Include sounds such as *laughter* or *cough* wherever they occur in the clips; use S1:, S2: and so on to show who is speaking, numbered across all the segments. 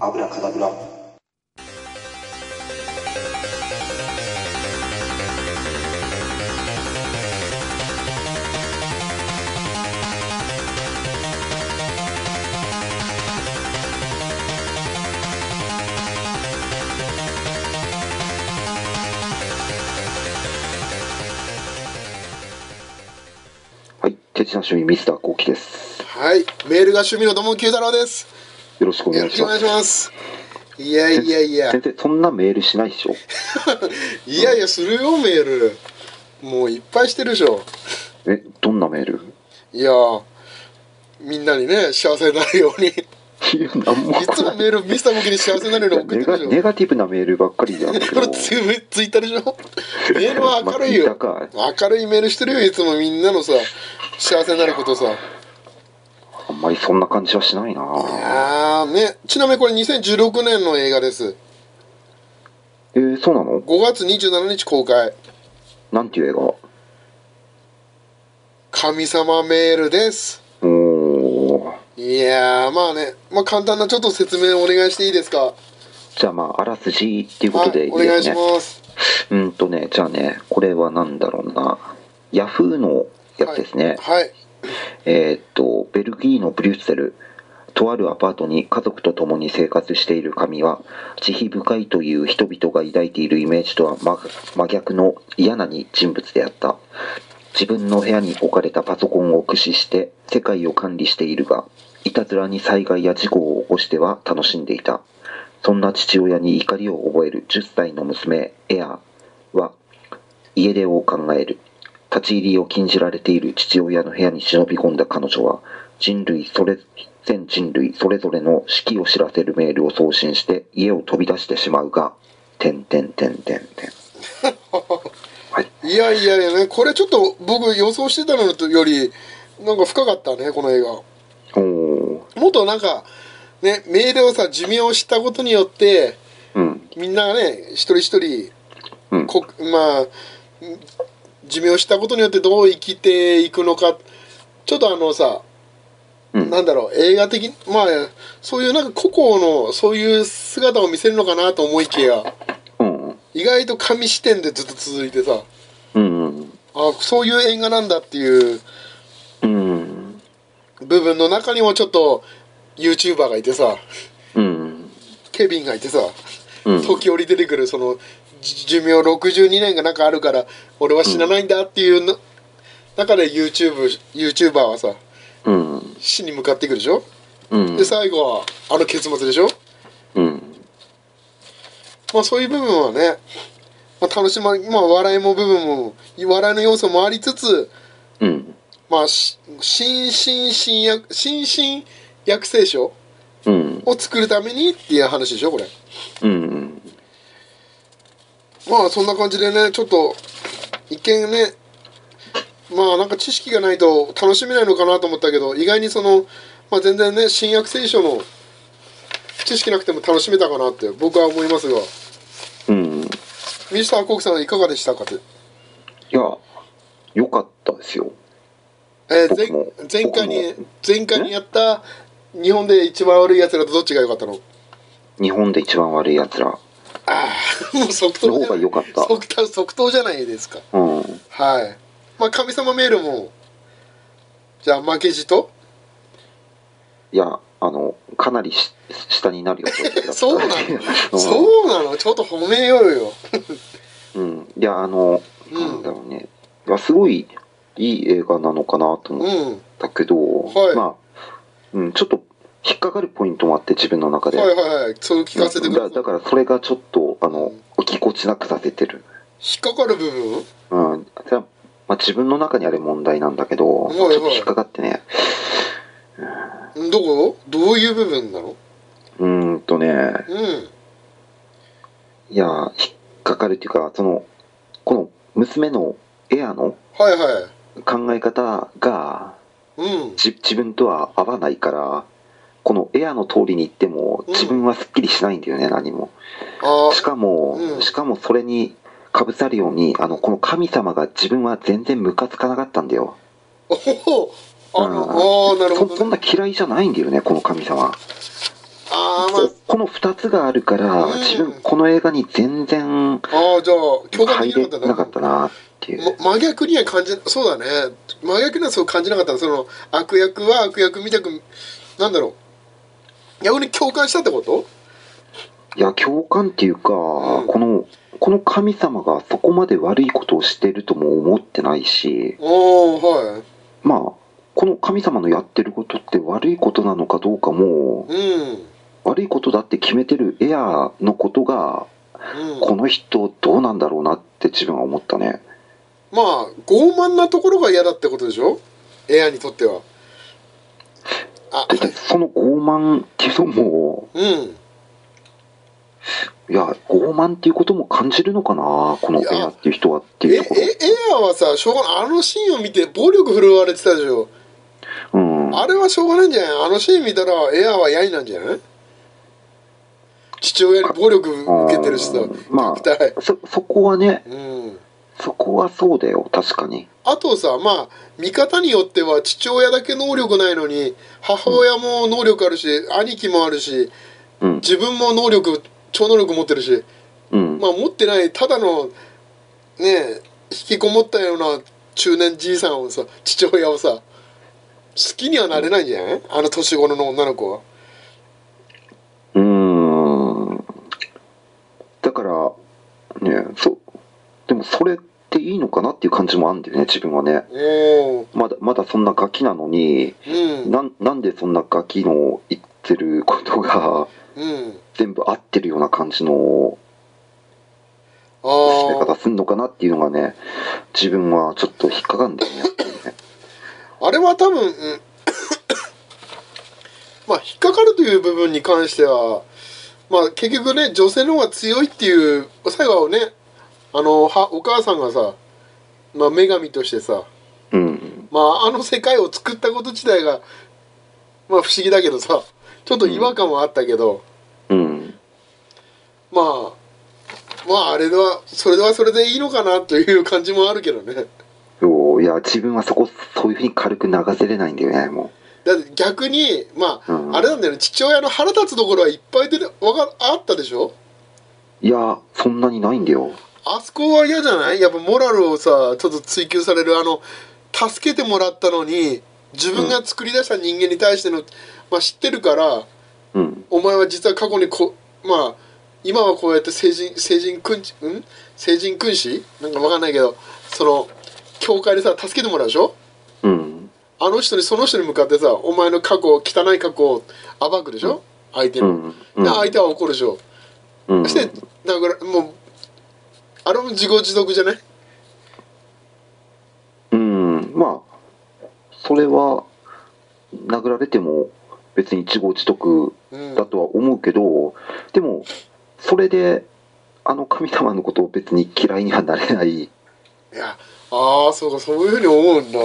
S1: アブラカダブラはい鉄の趣味ミスターコウキです
S2: はい、メールが趣味の友九太郎です。
S1: よろしくお
S2: よ
S1: 願
S2: ろ
S1: い
S2: し
S1: し
S2: くお
S1: ま
S2: 願い
S1: す
S2: します。いやいやいや、
S1: 全然そんなメールしないでしょ
S2: いやいや、するよ、メール。もういっぱいしてるでしょ。
S1: えどんなメール *laughs*
S2: いやー、みんなにね、幸せになるように。い
S1: いやなんも
S2: つもメール、ミスター向けに幸せになるように送
S1: ネ
S2: ってく
S1: ガ
S2: るでし
S1: ネ
S2: ょ。
S1: ガティブなメールばっかり
S2: *laughs*
S1: なんだけ
S2: こ
S1: ど
S2: れツイツイッターでしょメールは明るいよ
S1: まあツイッタ
S2: 明るいメールしてるよいつもみんなのさ幸せになることさい
S1: あんまりそんな感じはしないな
S2: やーねちなみにこれ2016年の映画です
S1: えー、そうなの
S2: 5月27日公開
S1: なんていう映画
S2: 神様メールです
S1: おー
S2: いやーまあね、まあ、簡単なちょっと説明をお願いしていいですか
S1: じゃあまああらすじっていうこ
S2: は
S1: とで
S2: い
S1: いい
S2: お願
S1: で
S2: い
S1: す
S2: し
S1: ね
S2: ます
S1: うんとねじゃあねこれはなんだろうなヤフーのやつですね、
S2: はい
S1: えーっとベルギーのブリュッセルとあるアパートに家族と共に生活している神は慈悲深いという人々が抱いているイメージとは真真逆の嫌なに人物であった自分の部屋に置かれたパソコンを駆使して世界を管理しているがいたずらに災害や事故を起こしては楽しんでいたそんな父親に怒りを覚える10歳の娘エアは家出を考える立ち入りを禁じられている父親の部屋に忍び込んだ彼女は人類それ全人類それぞれの死期を知らせるメールを送信して家を飛び出してしまうが「てんてんてんてんてん」
S2: いやいやいやねこれちょっと僕予想してたのとよりなんか深かったねこの映画
S1: おお
S2: もっとなんかねメールをさ寿命を知ったことによって
S1: うん
S2: みんながね一人一人
S1: うん
S2: こまあ寿命を知ったことによってどう生きていくのかちょっとあのさ
S1: うん
S2: なんだろう映画的まあそういうなんか個々のそういう姿を見せるのかなと思いきや
S1: うん
S2: 意外と紙視点でずっと続いてさ
S1: うん
S2: あそういう映画なんだっていう
S1: うん
S2: 部分の中にもちょっと YouTuber がいてさ
S1: うん
S2: ケビンがいてさ
S1: うん
S2: 時折出てくるそのじ寿命62年がなんかあるから俺は死なないんだっていうの、中で YouTube YouTuber はさ
S1: うん
S2: 死に向かっていくでしょ、
S1: うん
S2: で最後はあの結末でしょ
S1: うん
S2: まあそういう部分はね、まあ、楽しま、まあ笑いも部分も、笑いの要素もありつつ、
S1: うん
S2: まあ、し新進新薬、新進薬聖書
S1: うん
S2: を作るためにっていう話でしょ、これ。
S1: うん
S2: まあそんな感じでね、ちょっと、一見ね、まあなんか知識がないと楽しめないのかなと思ったけど、意外にその、まあ全然ね、新約聖書の知識なくても楽しめたかなって僕は思いますが、
S1: うんい
S2: ミスターコークさんいかがでしたかって。
S1: や良かったですよ
S2: えー
S1: 僕
S2: 前
S1: も
S2: 前回に
S1: 僕も
S2: 前回にやった日本で一番悪いやつらとどっちが良かったの
S1: 日本で一番悪いやつら
S2: ああもう即答
S1: の方が良かった
S2: 即答即答じゃないですか
S1: うん
S2: はいまあ神様メールもじゃあ負けじと
S1: いや、あの、かなりし下になるよ。
S2: *laughs* そうなの
S1: うん
S2: そうなのちょっと褒めようよ
S1: うん。いや、あの、
S2: うん
S1: なんだろうね。いや、すごいいい映画なのかなと
S2: う
S1: 思っ
S2: ん
S1: たけど、
S2: はい
S1: まあ、うん、ちょっと引っかかるポイントもあって、自分の中で。
S2: はいはいはいそう聞かせてくださ
S1: だ
S2: い
S1: だから、それがちょっと、あの
S2: うん、
S1: 落ちこちなくさせてる。
S2: 引っかかる部分
S1: うん。じゃあまあ、自分の中にある問題なんだけど、
S2: はい
S1: ちょ
S2: はい
S1: っと引っかかってね。
S2: んどこどういう部分なの
S1: うーんとね、
S2: うん
S1: いや、引っかかるっていうか、その、この娘のエアの
S2: はいはい
S1: 考え方が
S2: うん
S1: じ自分とは合わないからこのエアの通りに行っても
S2: うん
S1: 自分はすっきりしないんだよね、何も
S2: あ
S1: しかも、
S2: うん
S1: しかもそれにかぶさるようにあのこの神様が自分は全然ムカつかなかったんだよ
S2: おおあの
S1: うん
S2: あーなる
S1: そ
S2: ほど、ね
S1: そんな嫌いじゃないんだよねこの神様
S2: ああまあ
S1: この2つがあるから、
S2: うん
S1: 自分この映画に全然
S2: ああじゃあ共感
S1: 入
S2: できな
S1: れ
S2: かった
S1: なかったなっていう、
S2: ま真逆には感じそうだね真逆にはそう感じなかったその悪役は悪役みたくなんだろう逆に共感したってこと
S1: いや共感っていうか、
S2: うん
S1: このこの神様がそこまで悪いことをしてるとも思ってないし
S2: おおはい
S1: まあこの神様のやってることって悪いことなのかどうかも
S2: うん
S1: 悪いことだって決めてるエアーのことが
S2: うん、
S1: この人どうなんだろうなって自分は思ったね
S2: まあ傲慢なところが嫌だってことでしょエアにとってはあ
S1: でその傲慢っていうのも
S2: うん
S1: いや傲慢っていうことも感じるのかなこの
S2: い
S1: エ
S2: や
S1: アーっていう人はって
S2: ええ
S1: いうところ
S2: エアはさしょうがないあのシーンを見て暴力振るわれてたでしょ
S1: うん
S2: あれはしょうがないんじゃないあのシーン見たらエアはやりなんじゃない父親に暴力受けてるしさ
S1: あーまあ
S2: 虐待
S1: そそこはね
S2: うん
S1: そこはそうだよ確かに
S2: あとさまあ見方によっては父親だけ能力ないのに母親も能力あるし、兄貴もあるし
S1: うん
S2: 自分も能力超能力持ってるし
S1: うん、
S2: まあ持ってないただのねえ引きこもったような中年じいさんをさ父親をさ好きにはなれないんじゃないあの年頃の女の子は
S1: うーんだからねそうでもそれっていいのかなっていう感じもあるんだよね自分はね
S2: おお
S1: まだまだそんなガキなのに
S2: うん
S1: なんなんでそんなガキの言ってることが *laughs*
S2: うん
S1: 全部合ってるような感じの
S2: あ
S1: 進め
S2: ー
S1: 方すんのかなっていうのがね自分はちょっと引っかかるんだよね
S2: あれは多分、うん *coughs* まあ引っかかるという部分に関してはまあ結局ね女性の方が強いっていう最後はねあのはお母さんがさ、まあ、女神としてさ
S1: うん
S2: まああの世界を作ったこと自体がまあ不思議だけどさちょっと違和感はあったけど、
S1: うん
S2: まあまああれではそれではそれでいいのかなという感じもあるけどね
S1: そういや自分はそこそういうふうに軽く流せれないんだよねも
S2: だって逆にまあ、
S1: うん
S2: あれなんだよね父親の腹立つところはいっぱい出てわかあったでしょ
S1: ういやそんなにないんだよ
S2: あそこは嫌じゃないやっぱモラルをさちょっと追求されるあの助けてもらったのに自分が作り出した人間に対しての、まあ、知ってるから
S1: うん
S2: お前は実は過去にこまあ今はこうやって成人成人君子ん成人君子なんかわかんないけどその教会でさ助けてもらうでしょ
S1: うん
S2: あの人にその人に向かってさお前の過去汚い過去を暴くでしょ、相手
S1: う
S2: の、
S1: んうん
S2: で相手は怒るでしょ、
S1: うん
S2: そしてだからもうあれも自業自得じゃない
S1: うんまあそれは殴られても別に自業自得
S2: うん
S1: だとは思うけどでもそれであの神様のことを別に嫌いにはなれない、
S2: いやああそうかそういうふうに思うんだ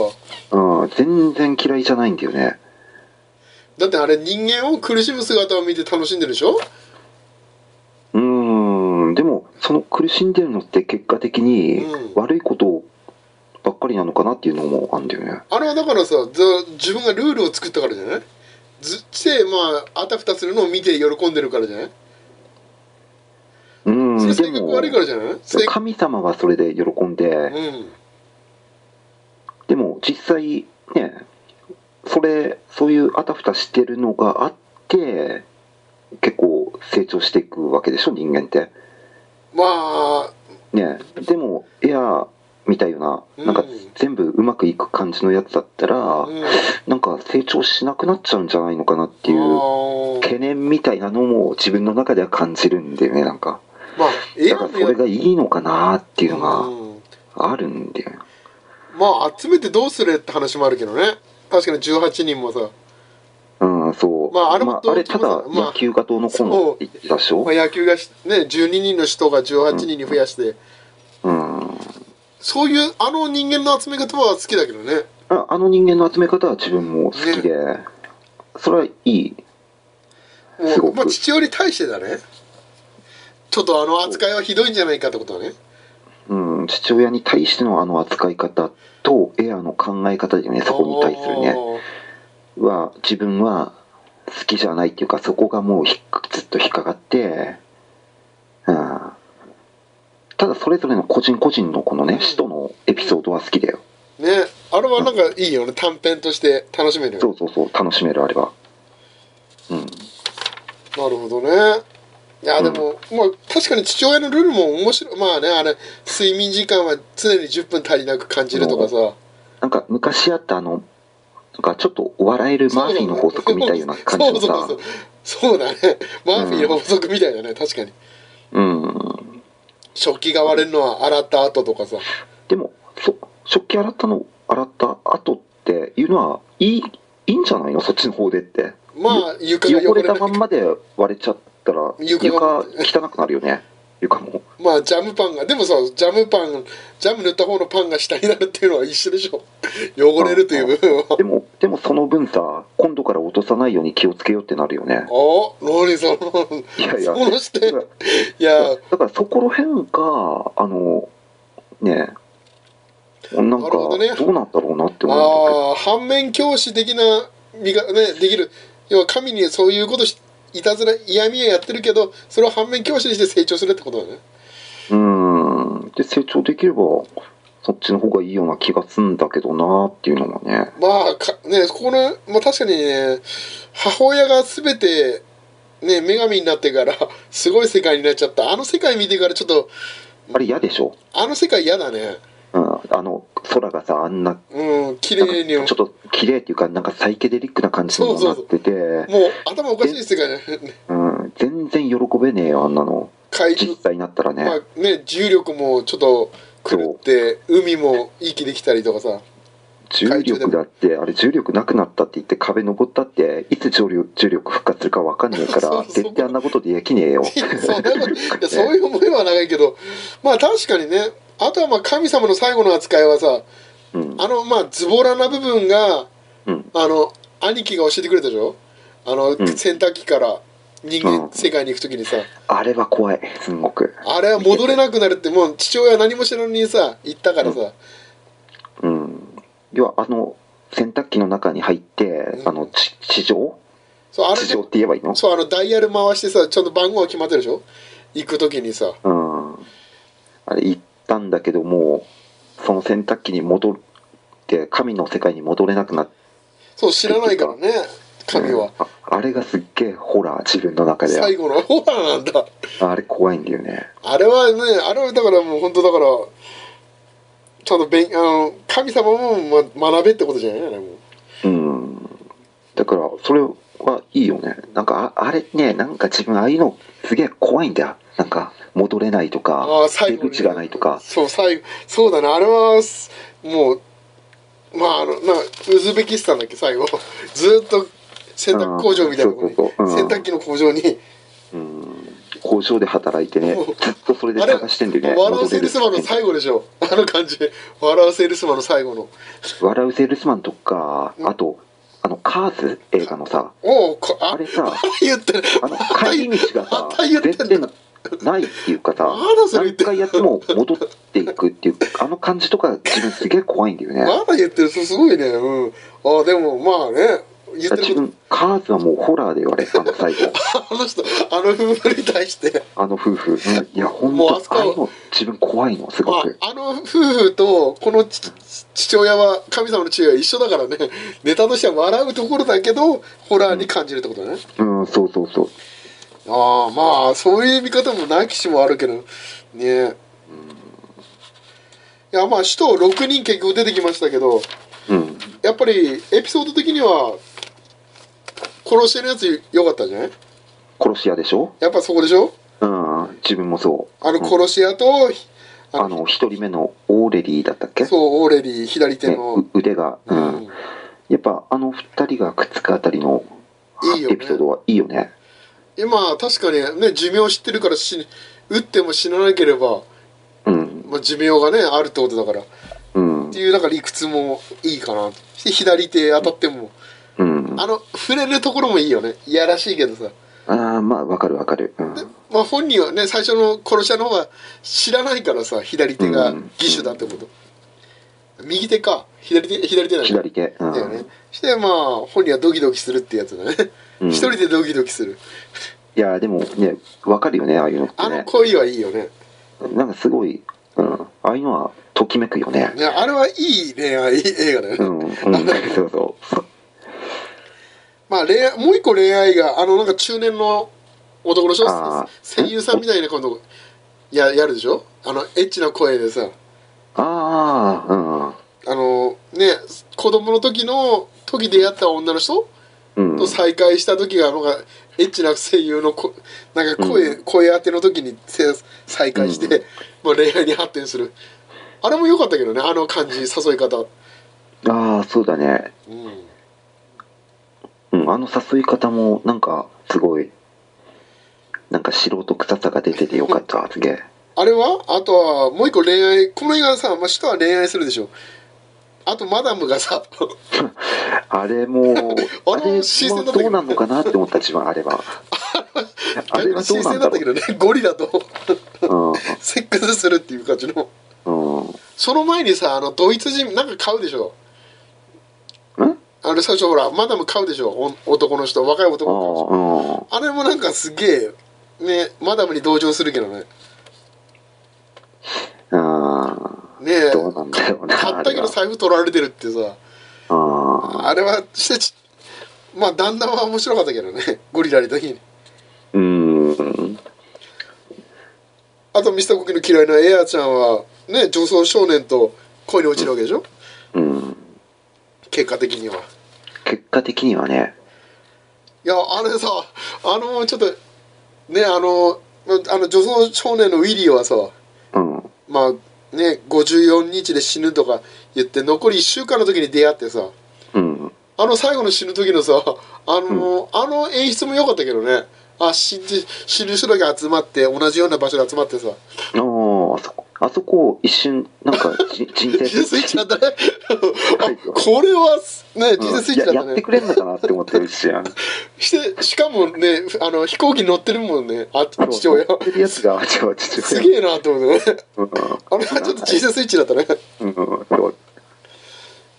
S1: うん、全然嫌いじゃないんだよね
S2: だってあれ人間を苦しむ姿を見て楽しんでるでしょ
S1: うーんでもその苦しんでるのって結果的に
S2: うん
S1: 悪いことばっかりなのかなっていうのもあるんだよね
S2: あれはだからさず自分がルールを作ったからじゃないずしてまああたふたするのを見て喜んでるからじゃない、
S1: うん
S2: それ
S1: で
S2: 性格
S1: も
S2: 悪いからじゃない性格
S1: 神様はそれで喜んで、
S2: うん
S1: でも実際ねそれそういうあたふたしてるのがあって結構成長していくわけでしょ人間って
S2: まあ
S1: ねでもエアーみたいな
S2: うん
S1: なんか全部うまくいく感じのやつだったら、
S2: うん
S1: なんか成長しなくなっちゃうんじゃないのかなっていう
S2: あー
S1: 懸念みたいなのも自分の中では感じるんだよねなんか
S2: まあエ
S1: だ
S2: ア
S1: から
S2: の
S1: それ
S2: や
S1: がいいのかなっていうのが
S2: うん
S1: あるんだよね
S2: まあ集めてどうするって話もあるけどね確かに18人もさ、
S1: うんそう
S2: まああれもどう
S1: ただ
S2: まあ
S1: 野球がどうのこうのって言ってたでしょ
S2: まあ、野球がしね12人の人が18人に増やして、
S1: うん
S2: そういうあの人間の集め方は好きだけどね
S1: ああの人間の集め方は自分も好きで、それはいいす
S2: も
S1: ご
S2: う、
S1: く
S2: まあ、父親に対してだねちょっとあの扱いはひどいんじゃないかってことはね
S1: うん、父親に対してのあの扱い方とエアの考え方でねそこに対するね
S2: おー
S1: は自分は好きじゃないっていうかそこがもうひっかずっと引っかかって、うん、ただそれぞれの個人個人のこのね使徒のエピソードは好きだよ
S2: ねあれはなんかいいよね短編として楽しめるよね
S1: そうそうそう楽しめるあれはうん
S2: なるほどねいやでも、まあ確かに父親のルールも面白いまあねあれ睡眠時間は常に10分足りなく感じるとかさ
S1: なんか昔あったあのなんかちょっと笑えるマーフィーの法則みたいな感じの
S2: そうそうそ
S1: さ
S2: うそうだねマーフィーの法則みたいだね、確かに
S1: うん
S2: 食器が割れるのは洗った後とかさ
S1: でもそ食器洗ったの洗った後っていうのはいいいいんじゃないのそっちの方でって
S2: まあ床が
S1: 汚
S2: 汚
S1: れ
S2: れ
S1: たま
S2: た
S1: んまで割れちゃったら
S2: 床
S1: 床
S2: が
S1: 汚くなるよね床も
S2: まあジャムパンがでもさジャムパンジャム塗った方のパンが下になるっていうのは一緒でしょ汚れるという部分は
S1: でもでもその分さ今度から落とさないように気をつけようってなるよね
S2: あ何その
S1: いやいや
S2: その視
S1: だ
S2: 点
S1: か
S2: いや
S1: らだからそこら辺があのねえなん
S2: な
S1: か
S2: るほ
S1: ど
S2: どね
S1: うなんだろうなって思うんだけど
S2: ああ反面教師的な身がねできる要は神にそういうことしいたずら嫌味はやってるけどそれを反面教師にして成長するってことだね
S1: うーんで成長できればそっちの方がいいような気がすんだけどなっていうのもね
S2: まあかねここの、まあ、確かにね母親が全てね女神になってからすごい世界になっちゃったあの世界見てからちょっと
S1: あれ嫌でしょ、
S2: あの世界嫌だね
S1: うん、あの空がさあんな
S2: うん綺
S1: なんか
S2: 麗に
S1: ちょっと綺麗っていうかなんかサイケデリックな感じにもなってて
S2: もう頭おかしい世界だね
S1: うん、全然喜べねえよあんなの
S2: 怪
S1: 実際になったらね、
S2: まあね重力もちょっと狂って海も息できたりとか
S1: *laughs*
S2: さ
S1: 重力だってあれ重力なくなったって言って壁登ったっていつ重力重力復活するか分かんねえか
S2: そう
S1: ら
S2: そう
S1: 絶対あんなことできねえよ
S2: いやそんなこといやそういう思いはないけどまあ確かにねあとはまあ神様の最後の扱いはさ
S1: うん
S2: あのまあズボラな部分が
S1: うん
S2: あの兄貴が教えてくれたでしょあの、
S1: ん
S2: 洗濯機から人間
S1: うん
S2: 世界に行く時にさ
S1: あれは怖いすんごく
S2: あれは戻れなくなるってもう父親は何も知らずにさ行ったからさ
S1: うん要はあの洗濯機の中に入って、
S2: うん
S1: あのち地上
S2: そうあれ
S1: 地上って
S2: で
S1: 言えばいいの
S2: そうあのダイヤル回してさちゃんと番号が決まってるでしょ行く時にさ
S1: うんあれ行ったんだけどもうその洗濯機に戻って神の世界に戻れなくなって
S2: そう知らないからね神は
S1: ああれがすっげえホラー自分の中では
S2: 最後のホラーなんだ
S1: あれ怖いんだよね
S2: あれはね、あれはだからもう本当だから、ちゃんと勉あの神様も、ま、学べってことじゃないのね、も
S1: う
S2: う。
S1: んだからそれはいいよねなんかああれねなんか自分ああいうのすげえ怖いんだよなんか戻れないとか
S2: ああ、最
S1: 出
S2: 後に
S1: 口がないとか
S2: そう、最後、そうだね、あれは、すもう、まあ、あの、な、ウズベキスタンだっけ、最後。ずっと洗濯工場みたいなとこに、
S1: うんそうそうそううん
S2: 洗濯機の工場に、
S1: うん工場で働いてねずっとそれで
S2: あれ
S1: 探してんだよね
S2: 笑うセー
S1: 戻れ
S2: ル
S1: る
S2: スマンの最後でしょ、あの感じ。笑うセールスマンの最後の。
S1: 笑うセールスマンとか
S2: うん
S1: あとあのカーズ映画のさ
S2: おお、こあ
S1: あれさ
S2: まだ言ってる。
S1: あの帰り道がさ
S2: また言ってんだ
S1: 全然ないっていうかさ
S2: まだそれ言っ
S1: 何
S2: て
S1: 回やっても戻っていくっていうあの感じとか自分すげえ怖いんだよね
S2: まだ言ってる、そうすごいね。うん。ああ、でも、まあね、言って
S1: 自
S2: ること
S1: 分カーズはもうホラーで言われあの最
S2: *laughs*
S1: 後
S2: あの人、あの夫婦に対して、
S1: あの夫婦、うんいや本
S2: もうあ
S1: 当
S2: そこ
S1: ああいうの自分怖いのすご
S2: ま
S1: く、
S2: あ、あの夫婦とこの父父親は、神様の父親は一緒だからね、ネタとしては笑うところだけど、ホラーに感じるってことね。
S1: うんそうそうそう
S2: ああ、まあ、そういう見方もなきしもあるけど、ねえ。いや、まあ、首都6人結局出てきましたけど、
S1: うん
S2: やっぱりエピソード的には、殺してるやつ良かったんじゃない
S1: 殺し屋でしょ
S2: やっぱそこでしょ
S1: うん自分もそう
S2: あの
S1: うん
S2: 殺し屋と、あの
S1: あの一人目のオーレリーだったっけ
S2: そう、オーレリー、左手
S1: ね
S2: の。
S1: う腕が、うん
S2: うん
S1: やっぱあの二人がくっつくあたりの
S2: いいよね
S1: エピソードはいいよね
S2: 今確かにね寿命知ってるから死打っても死ななければ、
S1: うん
S2: まあ、寿命がねあるってことだからっ
S1: うん
S2: ていうだから理屈もいいかなで左手当たっても
S1: うん
S2: あの触れるところもいいよねいやらしいけどさ
S1: ああまあわかるわかるうん
S2: まあ本人はね最初の殺し屋の方は知らないからさ左手が
S1: うん
S2: 義手だってこと、右手か左手左手なんだ
S1: 左手う
S2: だよ
S1: ん
S2: ねしてまあ本人はドキドキするってやつだね
S1: うん
S2: 一人でドキドキする
S1: いやでもねわかるよねああいうのって
S2: あの
S1: ね
S2: 恋はいいよね
S1: なんかすごい、うん、ああいうのはときめくよね
S2: いやあれはいい恋愛映画だよ
S1: うんう
S2: ね、
S1: んそうそう
S2: まあ恋愛もう一個恋愛があのなんか中年の男の人
S1: あー
S2: 声優さんみたいな今度ややるでしょあのエッチな声でさ
S1: ああ
S2: あのね子供の時の時出会った女の人
S1: うんう
S2: と
S1: ん
S2: 再会した時がなんかエッチな声優のこなんか声,、声当ての時にせ再会して、まあ、恋愛に発展するあれも良かったけどねあの感じ誘い方、
S1: ああそうだね
S2: うん、
S1: うん、あの誘い方もなんかすごいなんか素人臭さが出ててよか *laughs* ったすげえ
S2: あれはあとはもう一個恋愛この映画さ、まあ、人は恋愛するでしょあとマダムがさ
S1: あれも
S2: あれも新鮮だったけど
S1: どうなんのかなって思った自分あれは *laughs* あれはどう
S2: 新
S1: な
S2: 鮮
S1: ん
S2: だ
S1: だ
S2: ったけ
S1: ろ
S2: どね *laughs* ゴリラと
S1: う
S2: セックスするっていう感じの
S1: うんうん
S2: その前にさあのドイツ人なんか買うでしょ
S1: ん
S2: あれ最初ほらマダム買うでしょお男の人若い
S1: あ
S2: 男の人
S1: あうん
S2: あれもなんかすげえ、ね、マダムに同情するけどね。
S1: うん
S2: ね
S1: どうなんだろうな
S2: 買ったけど財布取られてるってさ、
S1: あ
S2: あれはしてち、まあ、旦那は面白かったけどね、ゴリラの時に。
S1: れはうん
S2: あと、ミスターコキの嫌いなエアちゃんは、ね、女装少年と恋に落ちるわけでしょ
S1: うん
S2: 結果的には。
S1: 結果的にはね
S2: いや、あれさ、あの、ちょっと、ね、あの、あの女装少年のウィリーはさ、
S1: うん
S2: まあ、ね、54日で死ぬとか言って、残り1週間の時に出会ってさ、
S1: うん
S2: あの最後の死ぬ時のさあの、あの演出も良かったけどねあ死んで死ぬ人だけ集まって同じような場所で集ま *laughs* ってさ
S1: あああそこあそこ一瞬なんかじ *laughs* 人生
S2: 人生スイッチだったね
S1: はい
S2: *laughs* あこれはね人生スイッチ
S1: や
S2: だった
S1: やっ
S2: ね
S1: てくれんのかなって思ってるしやん
S2: してしかもねあの飛行機乗ってるもんねあ父
S1: *laughs*
S2: 親
S1: そうやってるやつが父親
S2: すげえなと思ってね
S1: うん
S2: あれはちょっと人生スイッチだったね
S1: うんそう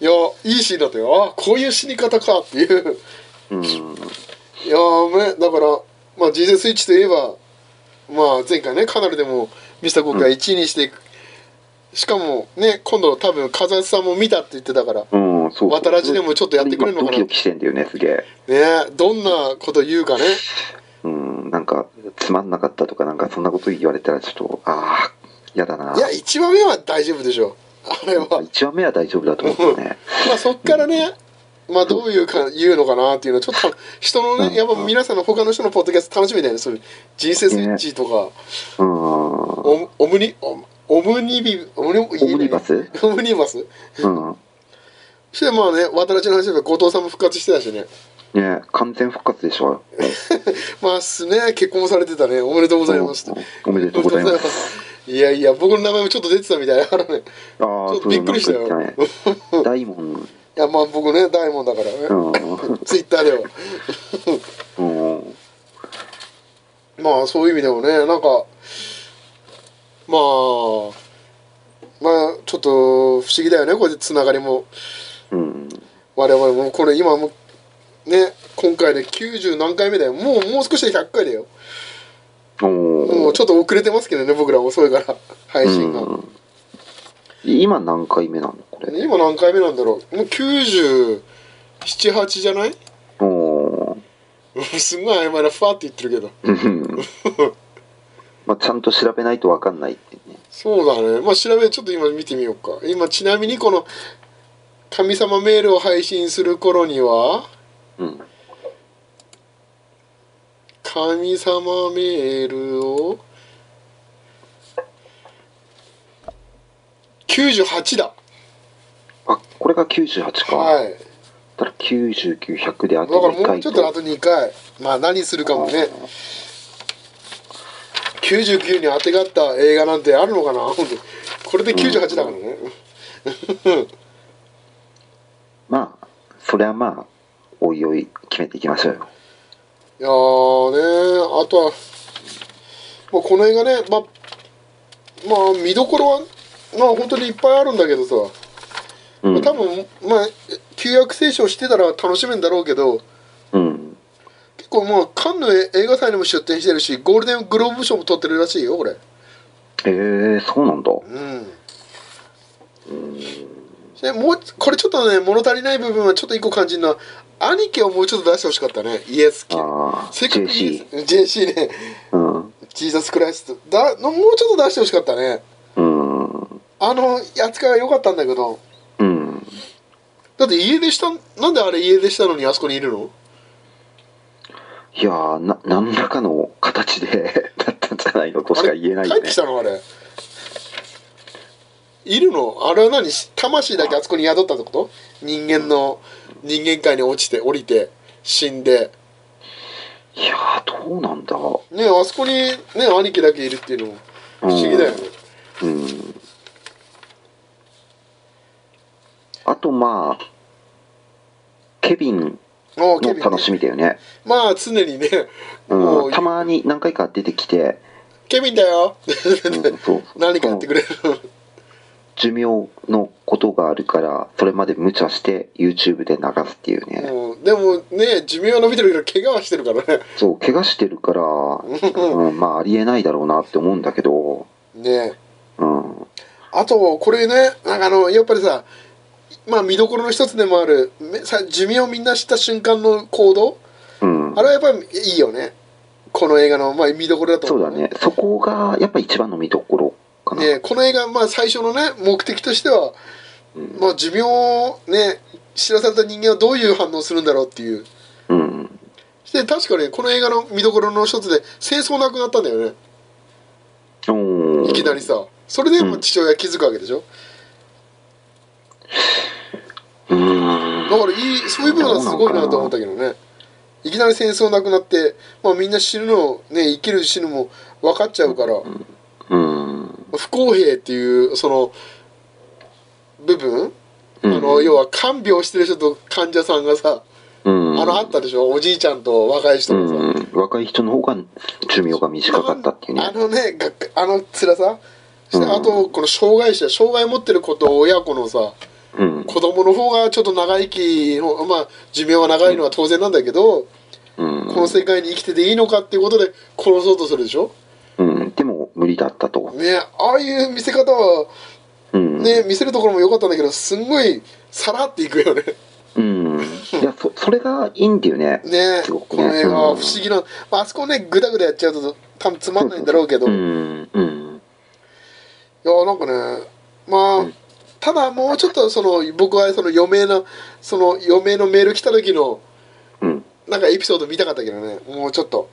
S2: いやいいシーンだったよあこういう死に方かっていう
S1: うん
S2: いやーねだから、まあ、人生スイッチといえば、まあ、前回ねカナルでもミスター国が1位にして、しかもね今度多分風津さんも見たって言ってたからね
S1: うんそう
S2: 渡らじでもちょっとやってくれるのかな
S1: 今ドキドキしてんだよねすげえ
S2: どんなこと言うかね
S1: うんなんかつまんなかったとかなんかそんなこと言われたらちょっとああ嫌だない
S2: や1話目は大丈夫でしょあれは
S1: 1話目は大丈夫だと思うけどね
S2: まあそっからねまあどういうか言うのかなっていうのはちょっと人のねやっぱ皆さんの他の人のポッドキャスト楽しみだよねそういう人生スイッチとか、
S1: うんオ
S2: オオムニオムオムニビオムニオ
S1: ムニバス
S2: オムニバス
S1: うん
S2: そしてまあね渡良知の話で後藤さんも復活してたしね
S1: ね完全復活でしょ
S2: まあすね結婚もされてたねおめでとうございます
S1: うんおめでとうございます
S2: すいやいや僕の名前もちょっと出てたみたいだからね
S1: ああ
S2: ちょっ
S1: そ
S2: と
S1: う
S2: びっくりしたよ
S1: なんか言ってたね大門
S2: いやまあ僕ね大門だから
S1: う
S2: ね
S1: ん
S2: ツイッターでは
S1: うん
S2: まあそういう意味でもねなんかまあまあちょっと不思議だよねこうやってつながりも
S1: うん
S2: 我々もこれ今もうね今回で90何回目だよもうもう少しで100回だよ
S1: お
S2: も
S1: お
S2: うちょっと遅れてますけどね僕ら遅いから配信が。
S1: うん今何回目なのこれ
S2: 今何回目なんだろうもう978じゃない *laughs*
S1: おお
S2: すんごい曖昧なファーって言ってるけど
S1: ーまあちゃんと調べないと分かんないってね
S2: そうだねまあ調べちょっと今見てみようか今ちなみにこの「神様メール」を配信する頃には
S1: うん
S2: 「神様メール」を98だ
S1: あこれが98か、
S2: はい
S1: だから99100であ
S2: だか
S1: と
S2: ら
S1: 2
S2: もう
S1: 回
S2: ちょ
S1: と
S2: っとあと2回まあ何するかもね99にあてがった映画なんてあるのかな本当にこれで98だからね、
S1: まあそれはまあおいおい決めていきましょうよ
S2: いやーねあとは、まあ、この映画ね、まあ、まあ見どころはまあ本当にいっぱいあるんだけどさ、
S1: う
S2: まあ
S1: ん
S2: 多分まあ旧約聖書をしてたら楽しめんだろうけど
S1: うん
S2: 構まあカンヌ映画祭にも出展してるしゴールデングローブ賞も取ってるらしいよこれ
S1: えー、そうなんだ。
S2: うんでもうこれちょっとね物足りない部分はちょっと一個感じるのは兄貴をもうちょっと出してほしかったねイエス系
S1: ああ、
S2: せっかくイエ
S1: JC。
S2: ス JC ね
S1: うん。
S2: ジーザスクライストだのもうちょっと出してほしかったね
S1: うん。
S2: あの扱いは良かったんだけど
S1: うん。
S2: だって家出したなんであれ家出したのにあそこにいるの
S1: いやーな、何らかの形で *laughs* だったんじゃないのとしか言えない
S2: あれ
S1: よ
S2: 帰っ
S1: ね
S2: てき。たのあれいるのあれは何魂だけあそこに宿ったってこと人間の人間界に落ちて降りて死んで
S1: いやー、どうなんだ。う
S2: ねあそこにね兄貴だけいるっていうのも不
S1: ん
S2: 思議だよね
S1: うん。あと、まあ、ケビン
S2: ああケ
S1: の
S2: ビン
S1: 楽しみだよね。
S2: まあ常にねも
S1: う。
S2: うん
S1: たまに何回か出てき
S2: *laughs*
S1: て、
S2: ケビンだよ
S1: うん、そう。
S2: 何かやってくれる
S1: 寿命のことがあるから、それまで無茶して YouTube で流すっていうね。
S2: もうでもね寿命は伸びてるけど怪我はしてるからね
S1: そう、怪我してるから、うん、まあ、ありえないだろうなって思うんだけど、
S2: ね
S1: うん、
S2: あとこれねなんかあのやっぱりさまあ見どころの一つでもあるめさ寿命をみんな知った瞬間の行動
S1: うん
S2: あ、れはやっぱりいいよねこの映画の、まあ、見どころだと
S1: そう
S2: 思う
S1: だね、そこがやっぱ一番の見どころかな。
S2: ねこの映画、まあ、最初のね目的としては、
S1: うん
S2: まあ、寿命をね知らされた人間はどういう反応するんだろうっていう
S1: うん、
S2: で確かにこの映画の見どころの一つで戦争なくなったんだよね
S1: おー
S2: いきなりさそれでも
S1: うん
S2: 父親気づくわけでしょ、
S1: うーん、
S2: だからいいそういう部分はすごいなと思ったけどねいきなり戦争なくなって、まあ、みんな死ぬのね生きる死ぬも分かっちゃうから
S1: うん、
S2: 不公平っていうその部分、
S1: うん
S2: あの要は看病してる人と患者さんがさ、
S1: うん、
S2: あのあったでしょおじいちゃんと若い人
S1: う
S2: がさ、
S1: ん、若い人の方が寿命が短かったっていう
S2: あ
S1: ね。
S2: のねがあの辛さそして
S1: うん
S2: あとこの障害者障害持ってる子と親子のさ
S1: うん、
S2: 子供の方がちょっと長生きのまあ寿命は長いのは当然なんだけど、
S1: うん
S2: この世界に生きてていいのかっていうことで殺そうとするでしょ
S1: うん、でも無理だったと。
S2: ねああいう見せ方は
S1: うん、
S2: ね見せるところも良かったんだけどすんごいさらっていくよね
S1: うん、いやそ、それがいいんだよね。
S2: ね
S1: すごく
S2: こ
S1: ね
S2: の映画
S1: う
S2: は
S1: ん
S2: 不思議な、まああそこねグダグダやっちゃうと多分つまんないんだろうけど、
S1: う
S2: い
S1: ん、うん、
S2: やなんかねまあ、
S1: うん
S2: ただもうちょっとその僕はその余命のその余命のメール来た時の
S1: うん、
S2: なんかエピソード見たかったけどねもうちょっと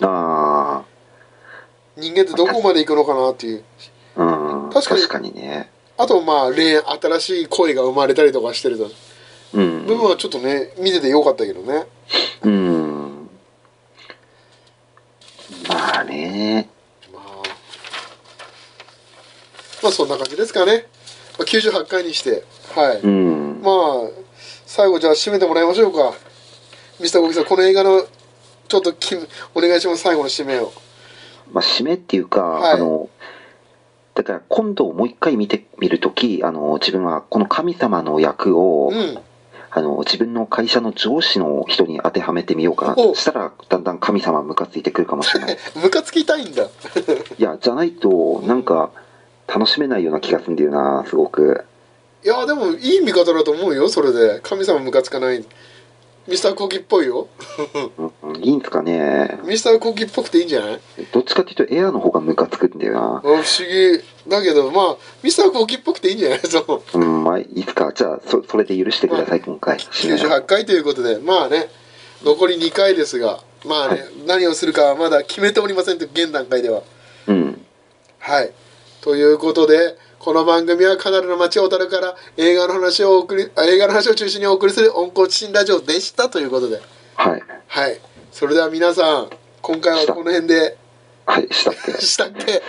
S1: あ
S2: 人間ってどこまで行くのかなっていう
S1: あ、うん、
S2: 確かに
S1: 確かにね。
S2: あとまあ恋愛新しい恋が生まれたりとかしてると
S1: うん
S2: 部分はちょっとね見ててよかったけどね
S1: うん。まあね。
S2: まあまあそんな感じですかね、まあ、98回にしてはい、
S1: うん。
S2: まあ最後じゃあ締めてもらいましょうかミスターゴキさんこの映画のちょっときお願いします最後の締めを
S1: まあ、締めっていうか、
S2: はい
S1: あの、だから今度もう一回見てみるとき、あの、自分はこの神様の役を、
S2: うん
S1: あの、自分の会社の上司の人に当てはめてみようかな。
S2: お
S1: したら、だんだん神様ムカついてくるかもしれ
S2: *laughs*
S1: ない。
S2: ムカつきたいんだ
S1: いや、じゃないと、なんか、楽しめないような気がするんだよな、すごく。
S2: いやでもいい見方だと思うよそれで神様ムカつかないミスターコキっぽいよ
S1: うん、いいんすかね。
S2: ミスターコキっぽくていいんじゃない
S1: どっちかっていうと、エアーの方がムカつくんだよな
S2: あ。不思議だけどまあミスターコキっぽくていいんじゃ *laughs* ないそう
S1: うん、まあ、いいつか。じゃあ、そ、それで許してください、今回。
S2: 98回ということでまあね残り2回ですがまあね、
S1: は
S2: 何をするかはまだ決めておりませんと現段階では
S1: うん。
S2: はいということでこの番組はカナルの街小樽から映画の話をお送りあ映画の話を中心にお送りする温厚知新ラジオでしたということで
S1: はい。
S2: はいそれでは皆さん今回はこの辺で
S1: はい、したっけ。
S2: したっけ